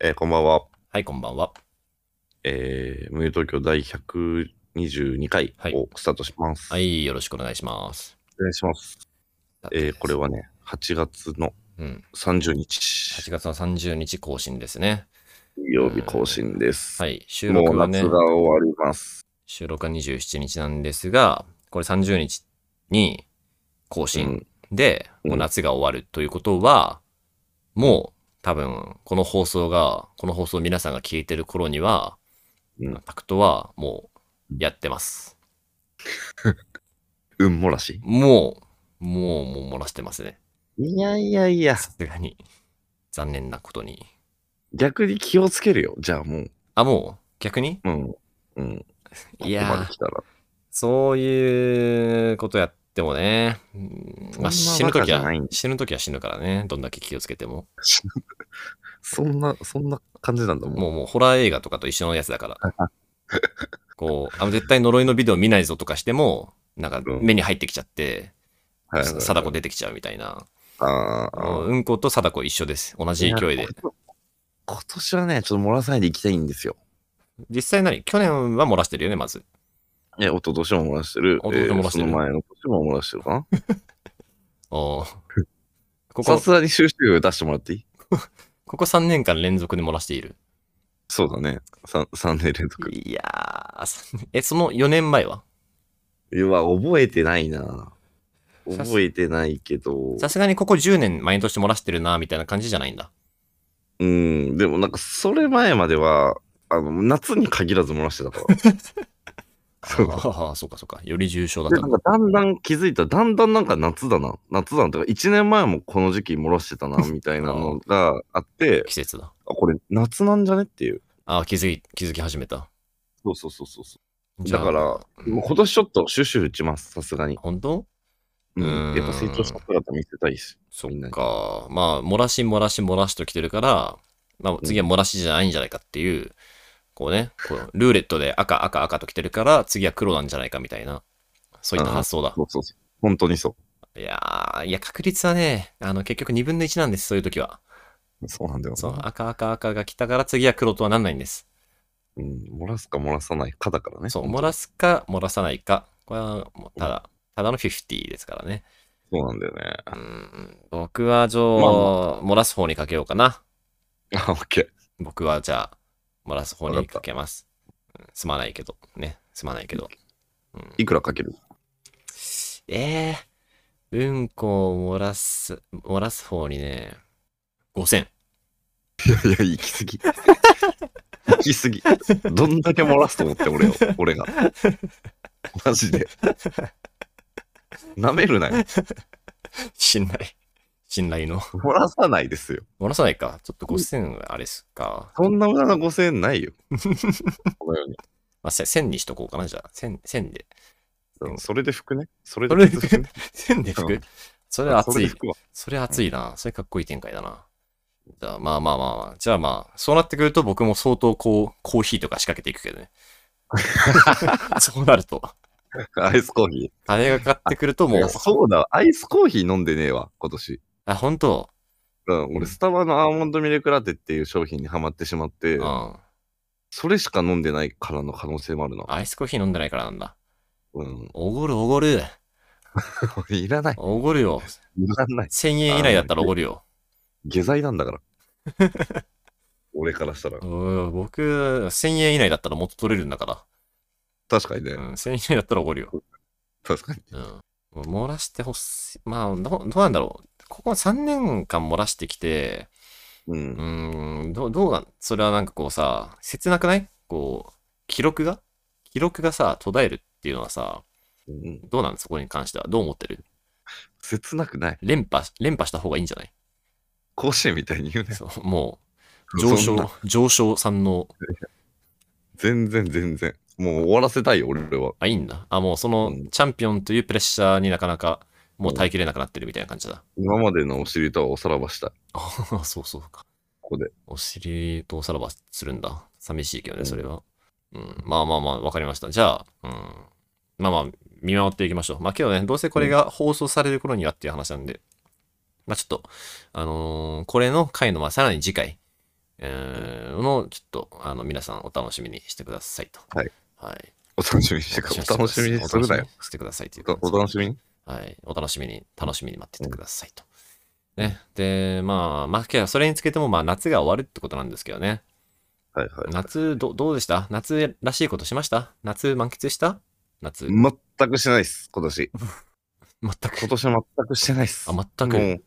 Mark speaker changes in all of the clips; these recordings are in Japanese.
Speaker 1: えーこんばんは。
Speaker 2: はい、こんばんは。
Speaker 1: えー、無友東京第122回
Speaker 2: はい
Speaker 1: をスタートします。
Speaker 2: はい、よろしくお願いします。
Speaker 1: お願いします。えー、これ
Speaker 2: は。
Speaker 1: はね、8月の
Speaker 2: うん。
Speaker 1: 30
Speaker 2: 8
Speaker 1: 日、
Speaker 2: 月の30日更新ですね。
Speaker 1: 水曜日更新です。
Speaker 2: はい、収
Speaker 1: も
Speaker 2: 録
Speaker 1: う
Speaker 2: は
Speaker 1: 夏
Speaker 2: ね
Speaker 1: が、終わります。
Speaker 2: 収録は27日なんですが、これ30日に更新で、
Speaker 1: うん
Speaker 2: もう夏が終わるということは、もう多分、この放送が、この放送を皆さんが聞いてる頃には、
Speaker 1: うん
Speaker 2: タクトはもうやってます。
Speaker 1: うんもらし。
Speaker 2: もう、もう、もう漏らしてますね。
Speaker 1: いやいやいや、
Speaker 2: さすがに。残念なことに。
Speaker 1: 逆に気をつけるよ。じゃあもう、
Speaker 2: あ、もう、逆に
Speaker 1: うん、うん、ここ
Speaker 2: いや
Speaker 1: ま
Speaker 2: ー
Speaker 1: で来たら。
Speaker 2: そういうことやってもね、うんまあ、
Speaker 1: そ
Speaker 2: 死
Speaker 1: んなバ
Speaker 2: ぬと
Speaker 1: カ
Speaker 2: き
Speaker 1: じゃ
Speaker 2: は
Speaker 1: ないん、だ
Speaker 2: 死ぬときは死ぬからね、どんだけ気をつけても。
Speaker 1: そんな、そんな感じなんだもん。
Speaker 2: もう、もう、ホラー映画とかと一緒のやつだから。 こう、あ絶対呪いのビデオ見ないぞとかしても、なんか
Speaker 1: うん
Speaker 2: 目に入ってきちゃって、
Speaker 1: はいはいはい
Speaker 2: 貞子出てきちゃうみたいな。
Speaker 1: あーあー。
Speaker 2: うんこと貞子一緒です。同じ勢いで
Speaker 1: や。。こ今年はね、ちょっと漏らさないでいきたいんですよ。
Speaker 2: 実際何去年は漏らしてるよね、まず。
Speaker 1: え、一昨年も漏らしてる。
Speaker 2: 一昨年も漏らしてる
Speaker 1: えーその前の年も漏らしてるかな。
Speaker 2: おーこ
Speaker 1: さ
Speaker 2: こ、
Speaker 1: すがに収集出してもらっていい
Speaker 2: ここ3年間連続で漏らしている。
Speaker 1: そうだね。3, 三年連続。
Speaker 2: いやー、え、その4年前はい
Speaker 1: や、覚えてないな。覚えてないけど。
Speaker 2: さすがにここ10年毎年漏らしてるな、みたいな感じじゃないんだ。
Speaker 1: うん。でもなんか、それ前までは、あの、夏に限らず漏らしてたから。そう
Speaker 2: あーそうかそうか。より重症だっ
Speaker 1: で、
Speaker 2: た
Speaker 1: なんん
Speaker 2: だ
Speaker 1: かだんだん気づいた、だんだんなんか夏だな。夏だな。とか、1年前もこの時期漏らしてたな、みたい なのがあって、
Speaker 2: 季節だ。
Speaker 1: あ、これ夏なんじゃねっていう。
Speaker 2: ああ、気づき、気づき始めた。
Speaker 1: そうそうそうそうそう。
Speaker 2: じゃ
Speaker 1: だ
Speaker 2: あ
Speaker 1: から、、もう今年ちょっと収集打ちます、さすがに。
Speaker 2: 本当
Speaker 1: うん
Speaker 2: うん
Speaker 1: やっぱ成長した姿見せたいし。
Speaker 2: そ
Speaker 1: みんな
Speaker 2: っ
Speaker 1: に
Speaker 2: か。まあ、漏らし漏らし漏らしときてるから、まあ、次は漏らしじゃないんじゃないかっていう、こうね、こうルーレットで赤赤赤ときてるから、次は黒なんじゃないかみたいな、そういった発想だ。
Speaker 1: そうそうそう。本当にそ
Speaker 2: いやー、いや、確率はね、あの、結局2分の1なんです、そういう時は。
Speaker 1: う。そうなんだよな。
Speaker 2: そう、赤赤赤が来たから、次は黒とはなんないんです。
Speaker 1: うん。漏らすか漏らさないかだからね。
Speaker 2: そう、
Speaker 1: 本
Speaker 2: 漏
Speaker 1: 当
Speaker 2: らすか漏らさないか。これはもうただ、ただの50ですからね。
Speaker 1: そうなんだよね。
Speaker 2: うーん、僕は、じゃあ、
Speaker 1: まあ
Speaker 2: 漏らす方にかけようかな。
Speaker 1: あ、オッケ
Speaker 2: 僕は、じゃあ、漏らす方
Speaker 1: わかっ
Speaker 2: に
Speaker 1: た
Speaker 2: かけます。うんすまないけど、ね、すまないけど。うん
Speaker 1: ー。いくらか ける
Speaker 2: えー、うんこを漏らす、漏らす方にね、5000。
Speaker 1: いやいや、行き過ぎ。行き過ぎ。どんだけ漏らすと思って、俺を。俺が。マジで。舐めるなよ。
Speaker 2: 信頼。信頼の。
Speaker 1: 漏らさないですよ。
Speaker 2: 漏らさないか。ちょっと5000はあれっすか。
Speaker 1: そんな無駄な5000円ないよ。この世に
Speaker 2: まあ、せ1000にしとこうかな、じゃあ。1000、1000で。
Speaker 1: うんそれで服ね。それ
Speaker 2: それ
Speaker 1: で
Speaker 2: で
Speaker 1: 服ね。
Speaker 2: 1000で
Speaker 1: う
Speaker 2: 服
Speaker 1: ん
Speaker 2: それは
Speaker 1: そ
Speaker 2: 熱
Speaker 1: れ
Speaker 2: い
Speaker 1: で。服は。
Speaker 2: それ熱いな。それかっこいい展開だな。じゃあ、まあまあまあまあ。じゃあまあ、そうなってくると僕も相当こう、コーヒーとか仕掛けていくけど ね。そうなると。
Speaker 1: アイスコーヒー。
Speaker 2: 金がかかってくるとも
Speaker 1: いうや、そうだわ、アイスコーヒー飲んでねえわ、今年。
Speaker 2: あ、本当
Speaker 1: うん、俺、スタバのアーモンドミルクラテっていう商品にはまってしまって、
Speaker 2: うん。
Speaker 1: それしか飲んでないからの可能性もあるな。
Speaker 2: アイスコーヒー飲んでないからなんだ。
Speaker 1: うん、
Speaker 2: おごるおごる。
Speaker 1: いらない。
Speaker 2: おごるよ。
Speaker 1: いらない。
Speaker 2: 1000円以内だったらおごるよ。
Speaker 1: 下剤なんだ から。俺からしたら。
Speaker 2: うん僕、1000円以内だったらもっと取れるんだから。
Speaker 1: 確かにね
Speaker 2: う。ん、1000円以内だったらおごるよ。
Speaker 1: 確かに。
Speaker 2: うん。漏らしてほしい。まあ、どどうなんだろう。ここ3年間漏らしてきて、
Speaker 1: う。
Speaker 2: うんーん、どう、どうなん、それはなんかこうさ、切なくないこう、記録が記録がさ、途絶えるっていうのはさ、
Speaker 1: うん、
Speaker 2: どうなんそこに関しては。どう思ってる
Speaker 1: 切なくない。
Speaker 2: 連覇、連覇した方がいいんじゃない
Speaker 1: 甲子園みたいに言うね。
Speaker 2: そう、もう、上
Speaker 1: そんな
Speaker 2: 昇、上昇さんの、
Speaker 1: 全然全然。もう終わらせたいよ、俺は。
Speaker 2: あ、いいんだ。あ、もうその
Speaker 1: うん、
Speaker 2: チャンピオンというプレッシャーになかなか、もう耐えきれなくなってるみたいな感じだ。
Speaker 1: 今までのお尻とはおさらばしたい。
Speaker 2: あ、 そうそうか。
Speaker 1: ここで。
Speaker 2: お尻とおさらばするんだ。寂しいけ
Speaker 1: う
Speaker 2: どね、
Speaker 1: ん
Speaker 2: それは。うん、まあまあまあ、わかりました。じゃあ、うん、まあまあ、見守っていきましょう。まあけどね、どうせこれが放送される頃にはっていう話なんで、まあちょっと、あのーこれの回の、まあさらに次回、えーの、ちょっと、あの、皆さんお楽しみにしてくださいと。
Speaker 1: はい。
Speaker 2: はい。
Speaker 1: お楽しみにしてくお楽しみにするなよ。
Speaker 2: お楽しみにしてくださいという感じ
Speaker 1: お
Speaker 2: で
Speaker 1: お楽しみに
Speaker 2: はい。お楽しみに、楽しみに待っててくださいと。ね。で、まあ、まあけど、それにつけても、まあ、夏が終わるってことなんですけどね。
Speaker 1: はいはい。
Speaker 2: 夏、ど、どうでした夏らしいことしました夏満喫した夏、
Speaker 1: 全くしてないです、今年。
Speaker 2: 全く。
Speaker 1: 今年は全くしてないっす。
Speaker 2: あ、全
Speaker 1: も
Speaker 2: く。
Speaker 1: う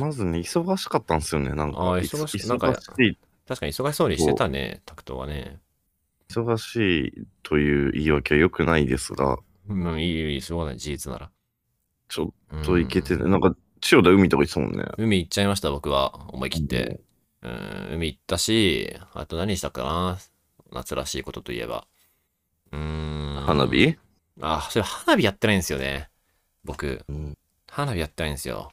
Speaker 1: まずね、忙しかったんですよね、なんか。
Speaker 2: あー忙しいなんか
Speaker 1: 忙しい、
Speaker 2: 確かに忙しそうにしてたね、タクトはね。
Speaker 1: 忙しいという言い訳は良くないですが、
Speaker 2: うん、いいよ、いいよ、しょうがない、事実なら。
Speaker 1: ちょ
Speaker 2: うん
Speaker 1: っと行けてない。なんか、千代田海とか行ってたもんね。
Speaker 2: 海行っちゃいました、僕は。思い切って。うん、海行ったし、あと何したかな夏らしいことといえば。うーん。
Speaker 1: 花火、
Speaker 2: あ、それ花火やってないんですよね。僕。
Speaker 1: うん、
Speaker 2: 花火やってないんですよ。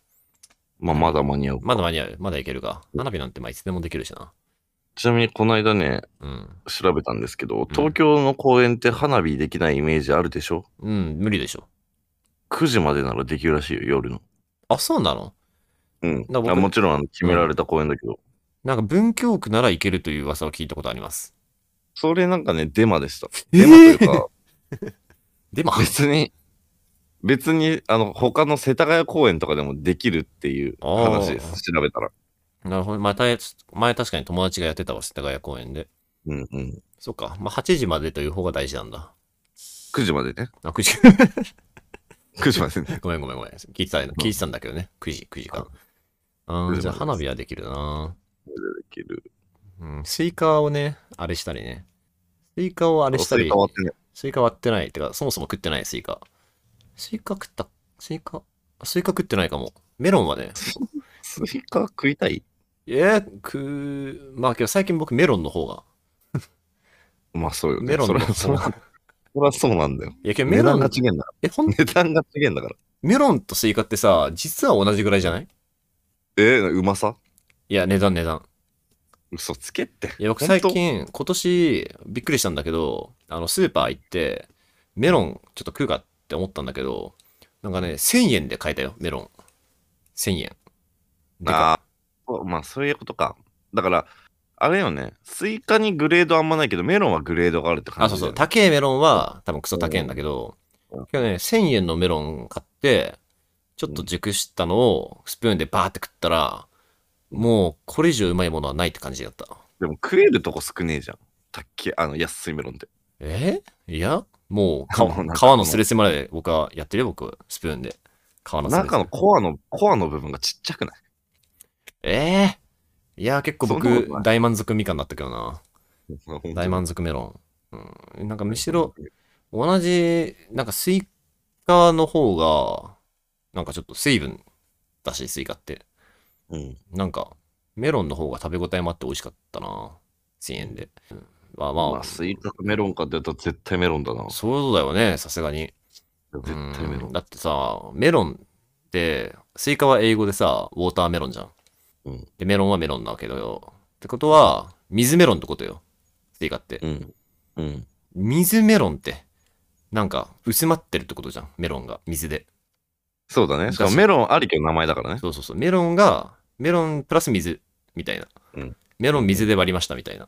Speaker 1: まあ、まだ間に合う。
Speaker 2: まだ間に合う。まだいけるか。花火なんてまあいつでもできるしな。
Speaker 1: ちなみに、この間ね、
Speaker 2: うん。
Speaker 1: 調べたんですけど、東京の公園って花火できないイメージあるでしょ
Speaker 2: うん、無理でしょ。
Speaker 1: ?9 時までならできるらしいよ、夜の。
Speaker 2: あ、そうなの
Speaker 1: うん。
Speaker 2: ら僕
Speaker 1: あもちろんあの、決められた公園だけど、
Speaker 2: なんか文京区ならいけるという噂を聞いたことあります。
Speaker 1: それなんかね、デマでした。
Speaker 2: え
Speaker 1: デマ
Speaker 2: ー
Speaker 1: というか、
Speaker 2: でも、
Speaker 1: 別に、別に、あの、他の世田谷公園とかでもできるっていう話で
Speaker 2: あ
Speaker 1: す。調べたら。
Speaker 2: なるほど。まあた前確かに友達がやってたわ、世田谷公園で。
Speaker 1: うんうん。
Speaker 2: そっか。まあ8時までという方が大事なんだ。
Speaker 1: 9時までね。
Speaker 2: あ、9時。
Speaker 1: 9時までね。
Speaker 2: ごめんごめんごめん。聞いてた聞いてたんだけどね。9時、9時間。あ
Speaker 1: 9
Speaker 2: ー
Speaker 1: 時
Speaker 2: じ
Speaker 1: までで
Speaker 2: ゃあ
Speaker 1: す
Speaker 2: 花火はできるな
Speaker 1: でき る。
Speaker 2: うん。スイカをね、あれしたりね。スイカをあれしたり
Speaker 1: 変。わってね。
Speaker 2: スイカ割ってない。てか、そもそも食ってない、スイカ。スイカ食った。スイカ。あスイカ食ってないかも。メロンはね。
Speaker 1: スイカ食いたい
Speaker 2: えー、食う。まあけど最近僕メロンの方が。
Speaker 1: まあそうよね。
Speaker 2: メロン
Speaker 1: そ
Speaker 2: の
Speaker 1: りゃ
Speaker 2: 方が。
Speaker 1: そりゃそりゃそうなんだよ。
Speaker 2: いやけどメ
Speaker 1: 値
Speaker 2: ロ
Speaker 1: 段が
Speaker 2: ン、
Speaker 1: 違えんだか
Speaker 2: え、ほん
Speaker 1: ら。値段が違えんだから。
Speaker 2: メロンとスイカってさ、実は同じぐらいじゃない
Speaker 1: えー、うまさ
Speaker 2: いや、値段値段。
Speaker 1: 嘘つけって。
Speaker 2: いや、僕
Speaker 1: 本
Speaker 2: 最
Speaker 1: 当
Speaker 2: 近、今年、びっくりしたんだけど、あの、スーパー行って、メロンちょっと食うかって思ったんだけど、なんかね、1000円で買えたよ、メロン。1000円。で
Speaker 1: あ
Speaker 2: か
Speaker 1: あ、まあそういうことか。だから、あれよね、スイカにグレードあんまないけど、メロンはグレードがあるって感
Speaker 2: あ、
Speaker 1: じ
Speaker 2: そ
Speaker 1: だ
Speaker 2: うそ
Speaker 1: よ
Speaker 2: う、
Speaker 1: ね、
Speaker 2: 高えメロンは、多分クソ高えんだけど、
Speaker 1: うん
Speaker 2: 今日ね、1000円のメロン買って、ちょっと熟したのをスプーンでバーって食ったら、もうこれ以上うまいものはないって感じだった。
Speaker 1: でも食えるとこ少ねえじゃん。たっけ、あの、安いメロンって。
Speaker 2: えいや、もう皮、
Speaker 1: もうなんか
Speaker 2: 皮のすれすれまで僕はやってるよ、僕、スプーンで。皮のすれす
Speaker 1: 中
Speaker 2: れ
Speaker 1: の。コアの、コアの部分がちっちゃく ない
Speaker 2: ええいや、結構
Speaker 1: そんなこ
Speaker 2: 僕
Speaker 1: とな、い
Speaker 2: 大満足みかんだったけどな。大満足メロン。うん、なんかむしろ、同じ、なんかスイカの方が、なんかちょっと水分だし、スイカって。
Speaker 1: うん。
Speaker 2: なんか、メロンの方が食べ応えもあって美味しかったな。1000円で。うんまあまあ、
Speaker 1: まあ、スイカかメロンかって言うと絶対メロンだな。
Speaker 2: そうだよね、さすがに。
Speaker 1: 絶対メロ
Speaker 2: うん
Speaker 1: ン。
Speaker 2: だってさ、メロンって、スイカは英語でさ、ウォーターメロンじゃん。
Speaker 1: うん
Speaker 2: で、メロンはメロンなわけだよ。ってことは、水メロンってことよ。スイカって。
Speaker 1: うん。うん。
Speaker 2: 水メロンって、なんか、薄まってるってことじゃん。メロンが、水で。
Speaker 1: そうだね。しかも
Speaker 2: だし
Speaker 1: メロンありきの名前だからね。
Speaker 2: そうそうそう。メロンが、メロンプラス水、みたいな。
Speaker 1: うん
Speaker 2: メロン水で割りました、みたいな。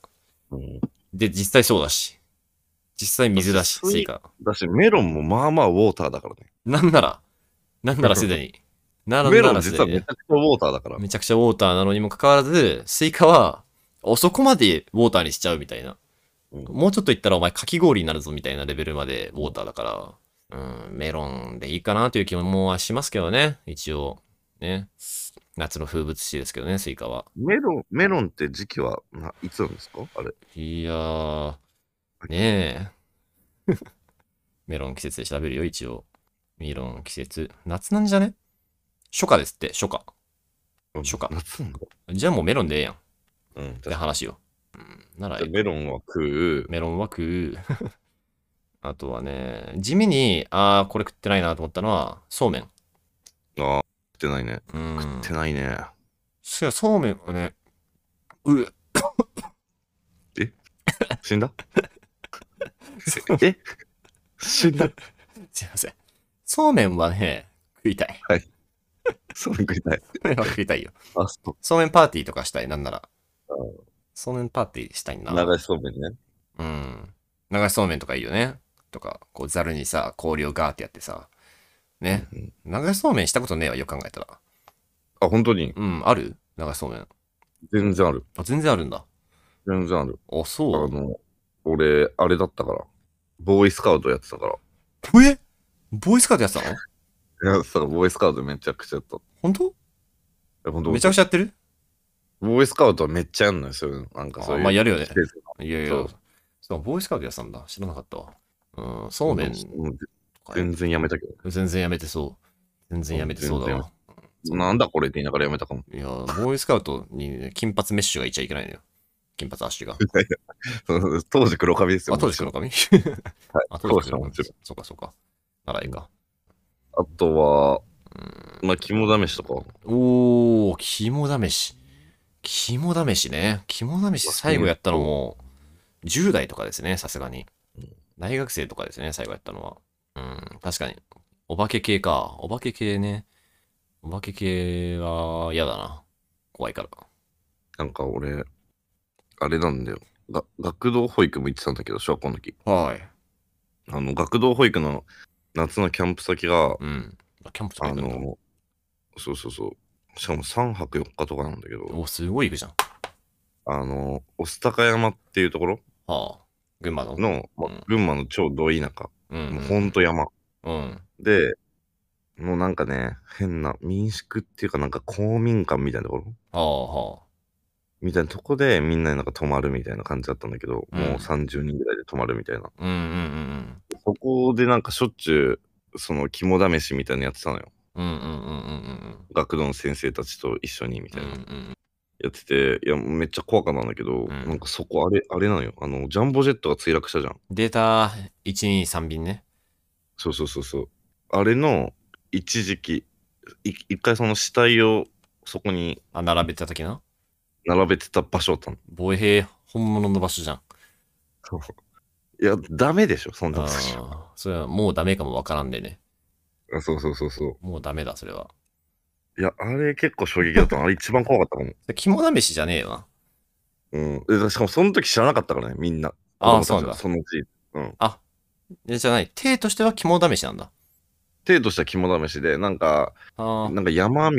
Speaker 1: うん
Speaker 2: で、実際そうだし。実際水だし、
Speaker 1: そう
Speaker 2: スイカ。
Speaker 1: だし、メロンもまあまあウォーターだからね。
Speaker 2: なんなら、なんならすでに。なら
Speaker 1: メロ
Speaker 2: な
Speaker 1: ン
Speaker 2: らす
Speaker 1: 実
Speaker 2: で
Speaker 1: は
Speaker 2: に
Speaker 1: めちゃくちゃウォーターだから。
Speaker 2: めちゃくちゃウォーターなのにもかかわらず、スイカは、おそこまでウォーターにしちゃうみたいな。
Speaker 1: うん
Speaker 2: もうちょっと言ったらお前かき氷になるぞみたいなレベルまでウォーターだから、うん、メロンでいいかなという気もはしますけどね、一応。ね。夏の風物詩ですけどね、スイカは。
Speaker 1: メロン、メロンって時期はないつなんですかあれ。
Speaker 2: いやー、ねえ。 メロン季節で調べるよ、一応。メロン季節。夏なんじゃね初夏ですって、初夏。初夏
Speaker 1: 夏なんだ。
Speaker 2: じゃあもうメロンでええやん。っ
Speaker 1: うん。
Speaker 2: て話よ。うん、ならええ
Speaker 1: メロンは食う。
Speaker 2: メロンは食う。 あとはね、地味に、ああ、これ食ってないなと思ったのは、そうめん。
Speaker 1: ああ、食ってないね。
Speaker 2: うん。
Speaker 1: 食ってない ね。
Speaker 2: そうそうめんはね、うえ
Speaker 1: 死んだえ 死んだ
Speaker 2: すいません。そうめんはね、食いたい。
Speaker 1: そうめん食いたい。
Speaker 2: そうめんは食いたいよ。
Speaker 1: あ、そう。
Speaker 2: そうめんパーティーとかしたい、なんなら。そのパーティーしたいな。
Speaker 1: 流しそうめんね。
Speaker 2: うん。流しそうめんとかいいよね。とか、こう、ざるにさ、氷をガーってやってさ。ね。
Speaker 1: うん
Speaker 2: 流しそうめんしたことねえわ、よく考えたら。
Speaker 1: あ、本当に
Speaker 2: うん、ある流しそうめん。
Speaker 1: 全然ある。
Speaker 2: あ、全然あるんだ。
Speaker 1: 全然ある。
Speaker 2: あ、
Speaker 1: あ
Speaker 2: そう。
Speaker 1: の、俺、あれだったから。ボーイスカウトやってたから。
Speaker 2: えボーイスカートやってたの
Speaker 1: やってたから、ボーイスカウトめちゃくちゃやった。
Speaker 2: 本当
Speaker 1: えほんと
Speaker 2: めちゃくちゃやってる
Speaker 1: ボーイスカウトはめっちゃやんのよ、そういうの。なんかそういう。
Speaker 2: あまあやるよね
Speaker 1: 季節の
Speaker 2: いやいや。
Speaker 1: そ
Speaker 2: そううボーイスカウトやってたんだ。知らなかったわ。うん、そうめんと
Speaker 1: うん
Speaker 2: か
Speaker 1: 全然やめたけど。
Speaker 2: 全然やめてそう。全然やめてそうだわ。
Speaker 1: なんだこれって言いながらやめたかも。
Speaker 2: いや、ボーイスカウトにね、金髪メッシュがいちゃいけないのよ。金髪アッシュが。
Speaker 1: 当時黒髪ですよ。
Speaker 2: あ、当時黒
Speaker 1: は
Speaker 2: 髪
Speaker 1: い
Speaker 2: あ、
Speaker 1: 当
Speaker 2: 当
Speaker 1: 時
Speaker 2: 時
Speaker 1: は
Speaker 2: 黒
Speaker 1: も
Speaker 2: 髪
Speaker 1: ちろん。。
Speaker 2: そうかそうか。ならいいか。
Speaker 1: あとは、
Speaker 2: うん
Speaker 1: まあ、肝試しとか。
Speaker 2: おー、肝試し。肝試しね。肝試し最後やったのも、10代とかですね、さすがに
Speaker 1: うん。
Speaker 2: 大学生とかですね、最後やったのは。うん、確かに。お化け系か。お化け系ね。お化け系は嫌だな。怖いから。
Speaker 1: なんか俺、あれなんだよ。が学童保育も行ってたんだけど、小学校の時。
Speaker 2: はい。
Speaker 1: あの、学童保育の夏のキャンプ先が、
Speaker 2: うん。あキャンプとか
Speaker 1: あ
Speaker 2: 行くの
Speaker 1: の、そうそうそう。しかも3泊4日とかなんだけど、
Speaker 2: お、すごい行くじゃん。
Speaker 1: あの、御巣鷹山っていうところ
Speaker 2: はあ。群馬の。
Speaker 1: の、ま
Speaker 2: うん
Speaker 1: 群馬の超ど田舎、
Speaker 2: うん
Speaker 1: もうほんと山。
Speaker 2: うん。うん。
Speaker 1: で、もうなんかね、変な民宿っていうかなんか公民館みたいなところ
Speaker 2: はあはあ。
Speaker 1: みたいなとこでみんなでなんか泊まるみたいな感じだったんだけど、
Speaker 2: うん
Speaker 1: もう30人ぐらいで泊まるみたいな。
Speaker 2: うんうん
Speaker 1: そこでなんかしょっちゅう、その肝試しみたいなのやってたのよ。
Speaker 2: うんうん。うんうんうんうん
Speaker 1: 学童の先生たちと一緒にみ
Speaker 2: うん。う
Speaker 1: たいな。
Speaker 2: ん
Speaker 1: やってて、いや、めっちゃ怖かったんだけど、
Speaker 2: ん
Speaker 1: なんかそこあれ、あれなのよ。あの、ジャンボジェットが墜落したじゃん。
Speaker 2: データ123便ね。
Speaker 1: そうそうそうそう。あれの一時期、い一回その死体をそこに
Speaker 2: あ、並べた時な。
Speaker 1: 並べてた場所だったの。
Speaker 2: 防衛兵本物の場所じゃん。
Speaker 1: いや、ダメでしょ、そんな
Speaker 2: あ
Speaker 1: の。
Speaker 2: あ、それはもうダメかもわからんでね。
Speaker 1: あそうそうそうそ
Speaker 2: もうダメだ、それは。
Speaker 1: う。いや、あれ結構衝撃だったの。あれ一番怖かったかも。
Speaker 2: で肝試しじゃねえわ。
Speaker 1: うん。でしかもその時知らなかったからね、みんな。
Speaker 2: ああ、
Speaker 1: 子供た
Speaker 2: そ
Speaker 1: ち
Speaker 2: うなん
Speaker 1: は
Speaker 2: だ。
Speaker 1: そのうち。うん。
Speaker 2: あ、えじゃない。手としては肝試しなんだ。
Speaker 1: 程度した肝試しで、なんか、
Speaker 2: ああ、
Speaker 1: なんか山道、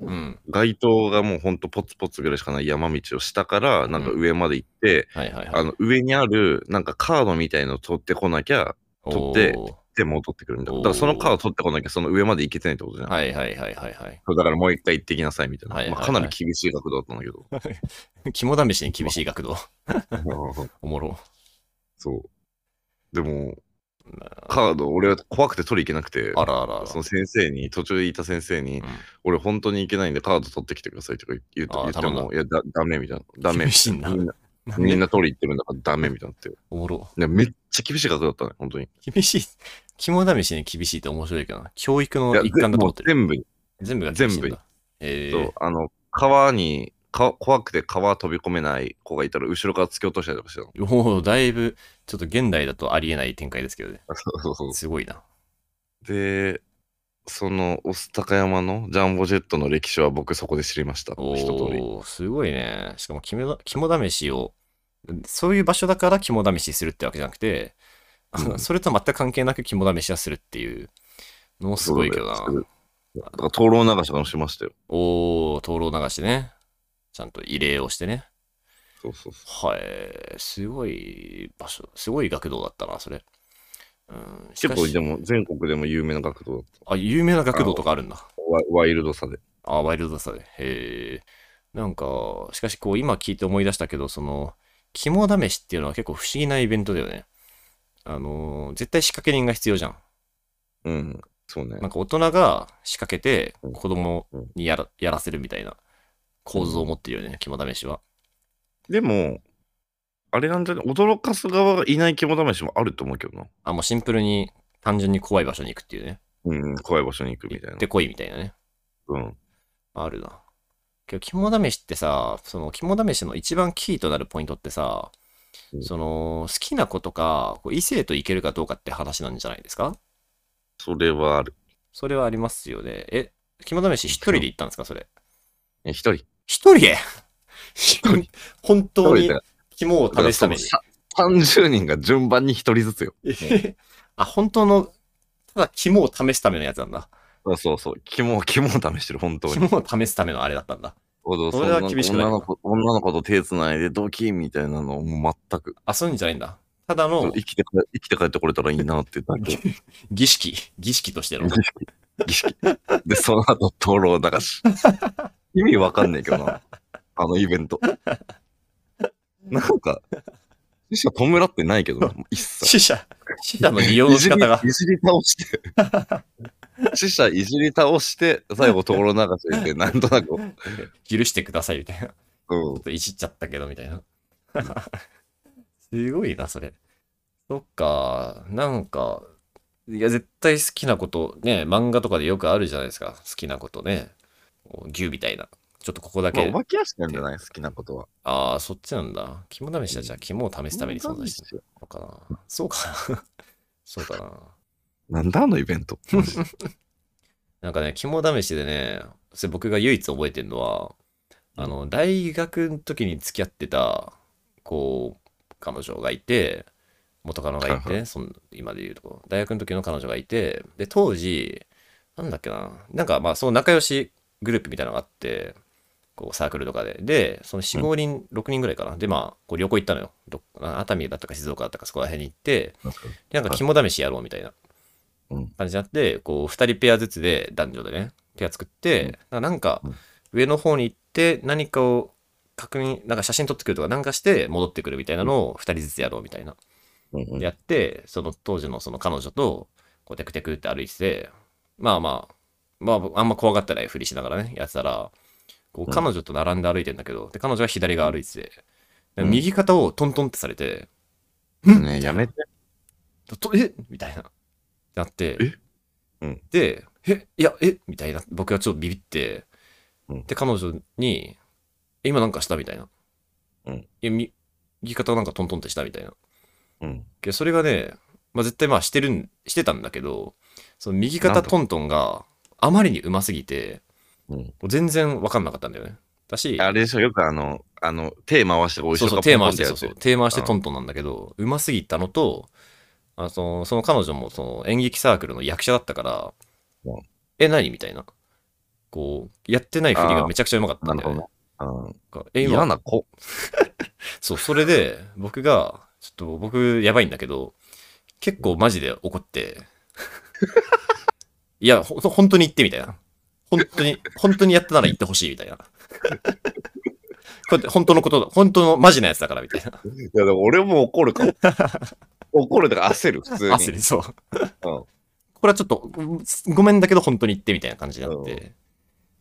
Speaker 2: うん。
Speaker 1: 街灯がもうほんとポツポツぐらいしかない山道を下から、なんか上まで行って、
Speaker 2: はいはい
Speaker 1: あ
Speaker 2: はい。
Speaker 1: の、上にある、なんかカードみたいのを取ってこなきゃ、取って
Speaker 2: おー
Speaker 1: でもう取ってくるみたいな。だからそのカード取ってこなきゃ、その上まで行けてないってことじゃん。
Speaker 2: はいはいはいはいはい。
Speaker 1: そうだからもう一回行ってきなさいみたいな。
Speaker 2: はいはいはい
Speaker 1: まあ、かなり厳しい学童だったんだけど。
Speaker 2: 肝試しに厳しい学童。 おもろ。
Speaker 1: そう。でも、カード、俺は怖くて取り行けなくて、
Speaker 2: あらあらあら。
Speaker 1: その先生に、途中でいた先生に、
Speaker 2: うん
Speaker 1: 俺本当に行けないんでカード取ってきてくださいとか言う
Speaker 2: あ
Speaker 1: と
Speaker 2: ー
Speaker 1: 言って
Speaker 2: 頼んだ
Speaker 1: も、いやだ、ダメみたいな。ダメ
Speaker 2: 厳。しいな
Speaker 1: み。んな
Speaker 2: なんで
Speaker 1: みんな取り行ってるんだからダメみたいになって。
Speaker 2: おもろ。
Speaker 1: でめっちゃ厳しい学童だったね、本当に。
Speaker 2: 厳しい。肝試しに厳しいって面白いけどな。教育
Speaker 1: いや
Speaker 2: の一環だ
Speaker 1: も
Speaker 2: と思
Speaker 1: う
Speaker 2: ってる。
Speaker 1: 全部に、
Speaker 2: 全部が厳しいんだ
Speaker 1: 全部
Speaker 2: え
Speaker 1: そうあの、川に、か怖くて川飛び込めない子がいたら後ろから突き落としたりとかしてたの。
Speaker 2: えー。もうだいぶ、ちょっと現代だとありえない展開ですけどね。
Speaker 1: そうそうそう。
Speaker 2: すごいな。
Speaker 1: で、その、御巣鷹山のジャンボジェットの歴史は僕そこで知りました。
Speaker 2: お
Speaker 1: 一通り。
Speaker 2: おすごいね。しかも肝、肝試しを、そういう場所だから肝試しするってわけじゃなくて、あの
Speaker 1: うん
Speaker 2: それとは全く関係なく肝試しはするっていうのもすごいけどな。
Speaker 1: そうだよだから灯籠流しとかもしましたよ。
Speaker 2: おお灯籠流しね。ちゃんと慰霊をしてね。
Speaker 1: そうそうそ
Speaker 2: はい、すごい場所、すごい学童だったな、それ。うん、
Speaker 1: う。
Speaker 2: し
Speaker 1: 結
Speaker 2: か
Speaker 1: 構
Speaker 2: し
Speaker 1: でも全国でも有名な学童だった
Speaker 2: あ、有名な学童とかあるんだ。
Speaker 1: ワワイルドさで。
Speaker 2: あ、ワイルドさで。へえ。なんか、しかしこう、今聞いて思い出したけど、その、肝試しっていうのは結構不思議なイベントだよね。あのー絶対仕掛け人が必要じゃん。
Speaker 1: うん。そうね
Speaker 2: なん。か大人が仕掛けて
Speaker 1: うん
Speaker 2: 子供にやらやらせるみたいな構図を持ってるよね、肝試しは。
Speaker 1: でも、あれなんじゃない驚かす側がいない肝試しもあると思うけどな。
Speaker 2: あ、もうシンプルに単純に怖い場所に行くっていうね。
Speaker 1: うん。怖い場所に行くみたい
Speaker 2: 行
Speaker 1: な
Speaker 2: っ。てこいみたいなね。
Speaker 1: うん。
Speaker 2: あるな。けど、肝試しってさ、その肝試しの一番キーとなるポイントってさ、
Speaker 1: うん
Speaker 2: その好きな子とかこう異性といけるかどうかって話なんじゃないですか
Speaker 1: それはある。
Speaker 2: それはありますよね。え、肝試し一人で行ったんですかそれ。
Speaker 1: え一人。
Speaker 2: 一人で 本当に
Speaker 1: だか
Speaker 2: 肝を
Speaker 1: ら
Speaker 2: 試す
Speaker 1: そ
Speaker 2: た
Speaker 1: の
Speaker 2: めに。
Speaker 1: さ30人が順番に1人ずつよ。
Speaker 2: あ、本当の、ただ肝を試すためのやつなんだ。
Speaker 1: そうそうそう。肝を、肝を試してる、本当に。
Speaker 2: 肝を試すためのあれだったんだ。
Speaker 1: そうそう
Speaker 2: それは厳しくない
Speaker 1: 女の子女の子と手つないでドキンみたいなのをもう全く。
Speaker 2: あ、そういうんじゃないんだ。ただの
Speaker 1: 生きて帰生きて帰ってこれたらいいなってだけ。
Speaker 2: 儀式、儀式とし ての。
Speaker 1: 儀式。で、その後、灯籠流し。意味わかんないけどな。あのイベント。なんか、死者弔ってないけどな、一切。
Speaker 2: 死者、死者の利用の仕方が。
Speaker 1: いじりいじり倒して。死者いじり倒して、最後、灯籠流し で、なんとなく、うん
Speaker 2: 許してくださいみたいな。ちょっといじっちゃったけどみたいな。 すごいな、それ。そっか、なんか、いや、絶対好きなこと、ね、漫画とかでよくあるじゃないですか。好きなことね。こう牛みたいな。ちょっとここだ
Speaker 1: まあ、
Speaker 2: け。
Speaker 1: お化け屋敷なんじゃない好きなことは。
Speaker 2: ああ、そっちなんだ。肝試しだ。じゃあ、肝を試すために存在してるのかな。 そうかな。そうかな。
Speaker 1: なんだあのイベン ト。マジで
Speaker 2: なんかね、肝試しでね、それ僕が唯一覚えてるのは、あの、大学の時に付き合ってた、こう、彼女がいて、元カノがい
Speaker 1: はいは
Speaker 2: て、その今で言うとこ、大学の時の彼女がいて、で、当時、なんだっけな、なんかまあ、その仲良しグループみたいなのがあって、こう、サークルとかで、で、その4、5人、6人ぐらいかな、で、まあ、こう旅行行ったのよ。ど熱海だったか静岡だったか、そこら辺に行って、なんか肝試しやろうみたいな
Speaker 1: うん
Speaker 2: 感じになって、こう、二人ペアずつで男女でね、ペア作って、なんか
Speaker 1: うん
Speaker 2: 上の方に行って何かを確認、なんか写真撮ってくるとかなんかして戻ってくるみたいなのを二人ずつやろうみたいな。
Speaker 1: うんうん
Speaker 2: やって、その当時のその彼女と、こう、テクテクって歩いてて、まあまあ、まあ、あんま怖がってないふりしながらね、やってたら、こ
Speaker 1: う
Speaker 2: うん彼女と並んで歩いてんだけど、で、彼女は左側歩いてて、で
Speaker 1: うん
Speaker 2: 右肩をトントンってされて、
Speaker 1: ねやめて。
Speaker 2: ととえみたいな。なって。
Speaker 1: えうん
Speaker 2: で、えいや、えみたいな。僕はちょっとビビって。
Speaker 1: うん
Speaker 2: で、彼女に、え今なんかしたみたいな。
Speaker 1: うん
Speaker 2: いや、み右肩なんかトントンってしたみたいな。
Speaker 1: うん。
Speaker 2: けどそれがね、まあ、絶対まあしてるん、してたんだけど、その右肩トントンがあまりにうますぎて、
Speaker 1: うん
Speaker 2: 全然わかんなかったんだよね。だし、
Speaker 1: あれでしょ、よくあの、あの、手回して、おいし
Speaker 2: そうそう、テーマして、そうそう、テーマして
Speaker 1: うん
Speaker 2: トントンなんだけど、うますぎたのと、あそのその彼女もその演劇サークルの役者だったから、
Speaker 1: うん
Speaker 2: え、何みたいな。こう、やってない振りがめちゃくちゃうまかった
Speaker 1: なんる
Speaker 2: だよ
Speaker 1: ほ
Speaker 2: ね。
Speaker 1: ど。うん。
Speaker 2: なんかえ、
Speaker 1: 嫌
Speaker 2: 今、
Speaker 1: な子。
Speaker 2: そう、それで、僕が、ちょっと僕、やばいんだけど、結構マジで怒って、いや、ほ本当に言ってみたいな。本当に、本当にやったなら言ってほしいみたいな。こうやって本当のことだ、本当のマジなやつだからみたいな。
Speaker 1: いや、でも俺も怒るか も。怒るとか焦る、普通に。
Speaker 2: 焦りそう。
Speaker 1: うん
Speaker 2: これはちょっと、うんごめんだけど本当に言ってみたいな感じになって。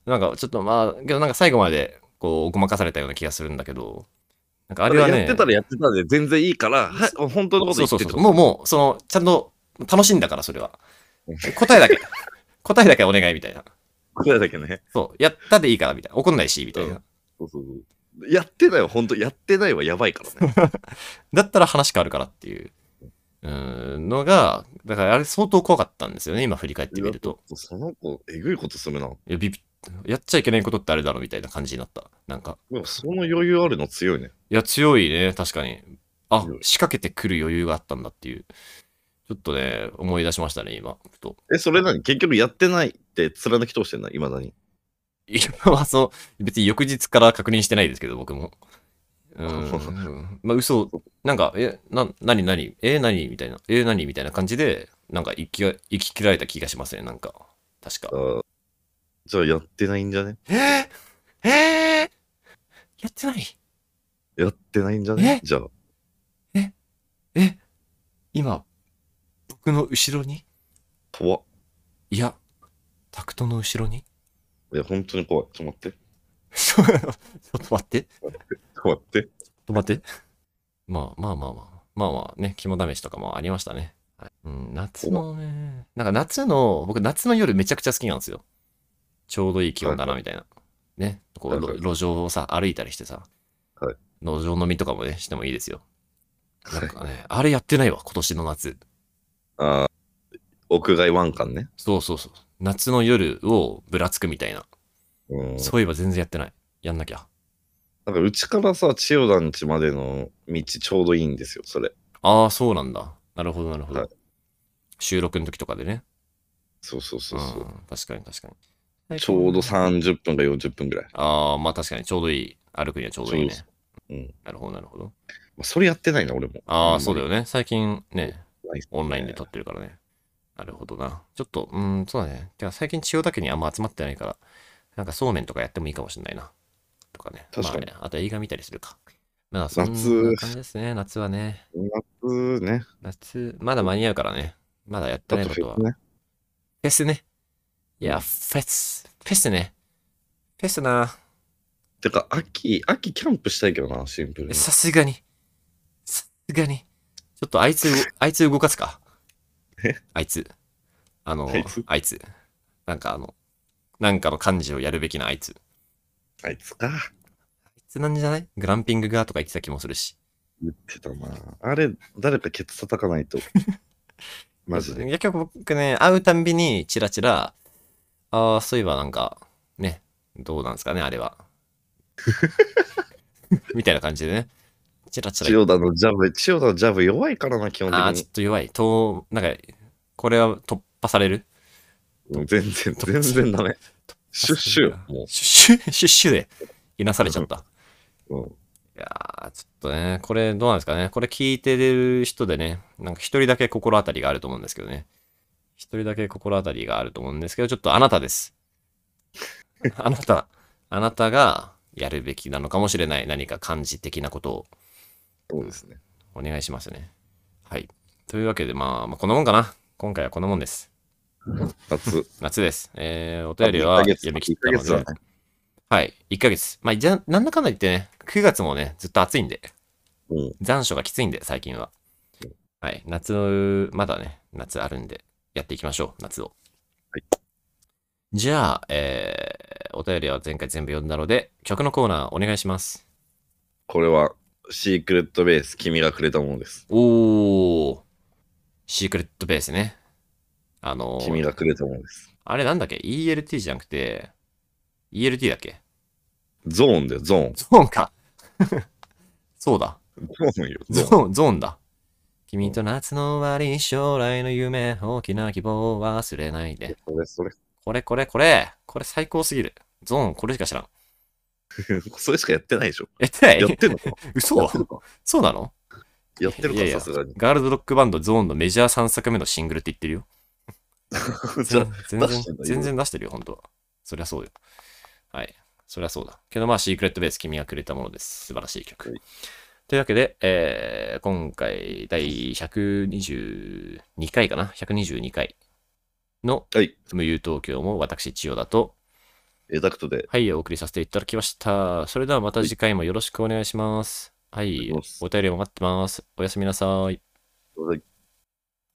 Speaker 2: なんかちょっとまあ、けどなんか最後までこう、ごまかされたような気がするんだけど、なんかあれはね、
Speaker 1: やってたらやってたで全然いいから、はい、本当のこと言
Speaker 2: そうそ
Speaker 1: っ
Speaker 2: う
Speaker 1: て
Speaker 2: そう、もうもう、その、ちゃんと楽しいんだから、それは
Speaker 1: うん。
Speaker 2: 答えだけ、 答えだけお願いみたいな。
Speaker 1: う。答えだけね。
Speaker 2: そう、やったでいいから、みたいな。怒んないし、みたいな。
Speaker 1: そうそうそう。やってないは本当、やってないはやばいからね。
Speaker 2: だったら話変わるからっていう。うんのが、だからあれ相当怖かったんですよね、今振り返ってみると。
Speaker 1: その子、えぐいことするな。
Speaker 2: いやビビやっちゃいけないことってあれだろみたいな感じになった。なんか。
Speaker 1: でもその余裕あるの強いね。
Speaker 2: いや、強いね、確かに。あ
Speaker 1: 強い、
Speaker 2: 仕掛けてくる余裕があったんだっていう。ちょっとね、思い出しましたね、今。ふと。
Speaker 1: え、それ何結局やってないって貫き通してんだ、いまだに。
Speaker 2: 今はそう、別に翌日から確認してないですけど、僕も。うんうん。まあ、嘘、なんか、え、な、なになにえ、なにみたいな。え、なにみたいな感じで、なんか、生きが、生き切られた気がしますね、なんか。確
Speaker 1: あ
Speaker 2: か。
Speaker 1: ーじゃあやってないんじゃね
Speaker 2: えー、えー、やってない
Speaker 1: やってないんじゃねじゃあ。
Speaker 2: え今、僕の後ろに
Speaker 1: 怖っ。
Speaker 2: いや、タクトの後ろに
Speaker 1: いや、本当に怖い。ちょっと待って。
Speaker 2: ちょっと待って。ちょ
Speaker 1: ちょっと待って。
Speaker 2: っと待って。まあまあまあまあ。まあまあね、肝試しとかもありましたね。はいうん、夏のね、なんか夏の、僕夏の夜めちゃくちゃ好きなんですよ。ちょうどいい気温だな、みたいな。ね、こう、
Speaker 1: はいは
Speaker 2: ろ
Speaker 1: い
Speaker 2: 路上をさ、歩いたりしてさ、
Speaker 1: はい
Speaker 2: 路上飲みとかもね、してもいいですよ。なん
Speaker 1: はい
Speaker 2: かね、あれやってないわ、今年の夏。
Speaker 1: あー屋外ワンカンね。
Speaker 2: そうそうそう。夏の夜をぶらつくみたいな。
Speaker 1: うん。
Speaker 2: そういえば全然やってない。やんなきゃ。
Speaker 1: なんかうちからさ、千代田んちまでの道ちょうどいいんですよ、それ。
Speaker 2: ああ、そうなんだ。なるほど、なるほど。
Speaker 1: はい
Speaker 2: 収録の時とかでね。
Speaker 1: そうそうそうそう。
Speaker 2: ん確かに確かに。
Speaker 1: ちょうど30分か40分ぐらい。
Speaker 2: ああ、まあ確かにちょうどいい。歩くにはちょうどいいね
Speaker 1: そ。うん。
Speaker 2: なるほど、なるほど。
Speaker 1: まあ、それやってないな、俺も。
Speaker 2: ああ、そうだ
Speaker 1: よ。
Speaker 2: よね。最近ね、
Speaker 1: ないっすね
Speaker 2: オンラインで撮ってるからね。なるほどな。ちょっと、うーん、そうだね。てか最近千代田区にあんま集まってないから、なんかそうめんとかやってもいいかもしれないな。とかね。
Speaker 1: 確かに
Speaker 2: まあね、あと映画見たりするか。まあそんな
Speaker 1: 夏
Speaker 2: 感じですね、夏はね。
Speaker 1: 夏ね。
Speaker 2: 夏、まだ間に合うからね。まだやって
Speaker 1: だ
Speaker 2: な
Speaker 1: っ
Speaker 2: い
Speaker 1: て
Speaker 2: こ
Speaker 1: フ
Speaker 2: とは。
Speaker 1: ェ
Speaker 2: フ
Speaker 1: スね。
Speaker 2: ェスね。いや、フェス、フェスね。フェスな。
Speaker 1: てか、秋、秋キャンプしたいけどな、シンプルに。
Speaker 2: さすがに。さすがに。ちょっとあいつ、あいつ動かすか。
Speaker 1: え
Speaker 2: あいつ。あの、あ
Speaker 1: あ
Speaker 2: い
Speaker 1: い
Speaker 2: つ
Speaker 1: つ。
Speaker 2: なんかあの、なんかの漢字をやるべきなあいつ。
Speaker 1: あいつか。
Speaker 2: あいつなんじゃないグランピングがとか言ってた気もするし。
Speaker 1: 言ってたな。あれ、誰かケツ叩か ないと。マジで。
Speaker 2: 結局僕ね、会うたんびにチラチラ、ああ、そういえばなんか、ね、どうなんですかね、あれ は。みたいな感じでね。チラチラ
Speaker 1: 千代田のジャブ、千代田のジャブ弱いからな、基本
Speaker 2: ああ、ちょ
Speaker 1: 的
Speaker 2: っと弱い。と、なんか、これは突破される
Speaker 1: に。全然、全然ダメ。シュッシュよ、も
Speaker 2: シュッシュ、シュッシュで、いなされちゃった。
Speaker 1: う。うん
Speaker 2: いやー、ちょっとね、これどうなんですかね。これ聞いてる人でね、なんか一人だけ心当たりがあると思うんですけどね。一人だけ心当たりがあると思うんですけど、ちょっとあなた です。あなた、あなたがやるべきなのかもしれない何か漢字的なことを
Speaker 1: そうですね。
Speaker 2: お願いしますね。はい。というわけで、まあ、まあ、こんなもんかな。今回はこんなもんです。
Speaker 1: 夏。
Speaker 2: 夏です。えー、お便りは読み切ったの
Speaker 1: 1ヶ
Speaker 2: で
Speaker 1: 月だ。ね
Speaker 2: はい、1ヶ月。まあ、じゃ、なんだかんだ言ってね、9月もね、ずっと暑いんで、
Speaker 1: うん。
Speaker 2: 残暑がきついんで、最近は。はい、夏の、まだね、夏あるんで、やっていきましょう、夏を。
Speaker 1: はい
Speaker 2: じゃあ、えー、お便りは前回全部読んだので、曲のコーナーお願いします。
Speaker 1: これは、シークレットベース、君がくれたものです。
Speaker 2: おー、シークレットベースね。あのー
Speaker 1: 君がくれたものです。
Speaker 2: あれなんだっけ ?ELT じゃなくて、ELT だっけ
Speaker 1: ゾーンだよ、ゾーン。
Speaker 2: ゾーンか。 そうだ。
Speaker 1: ゾーンよ、ゾ
Speaker 2: ゾ
Speaker 1: ーン。
Speaker 2: ーン、ゾーンだ。君と夏の終わり、将来の夢、大きな希望を忘れないで。
Speaker 1: それ、それ、
Speaker 2: これ、これ、これ、これ最高すぎる。ゾーン、これしか知らん。
Speaker 1: それしかやってないでしょ。
Speaker 2: えってな
Speaker 1: やっ
Speaker 2: い
Speaker 1: てんのかや
Speaker 2: 嘘
Speaker 1: ってるか
Speaker 2: そうなの
Speaker 1: やって
Speaker 2: いやい
Speaker 1: る
Speaker 2: や
Speaker 1: か、さすがに。
Speaker 2: ガールズロックバンドゾーンのメジャー3作目のシングルって言ってるよ。
Speaker 1: じゃあ
Speaker 2: 全然
Speaker 1: 出してんだ、
Speaker 2: 全然出してるよ、本当は。そりゃそうよ。はい。そりゃそうだ。けどまあ、シークレットベース、君がくれたものです。素晴らしい曲。
Speaker 1: はい
Speaker 2: というわけで、えー今回、第122回かな ?122 回の
Speaker 1: はい、
Speaker 2: 無憂東京も私、千代田と、
Speaker 1: エダクトで。
Speaker 2: はい、お送りさせていただきました。それではまた次回もよろしくお願いします。は
Speaker 1: お願い
Speaker 2: い
Speaker 1: しま、す
Speaker 2: お便りも待ってます。おやすみなさい。
Speaker 1: どうぞ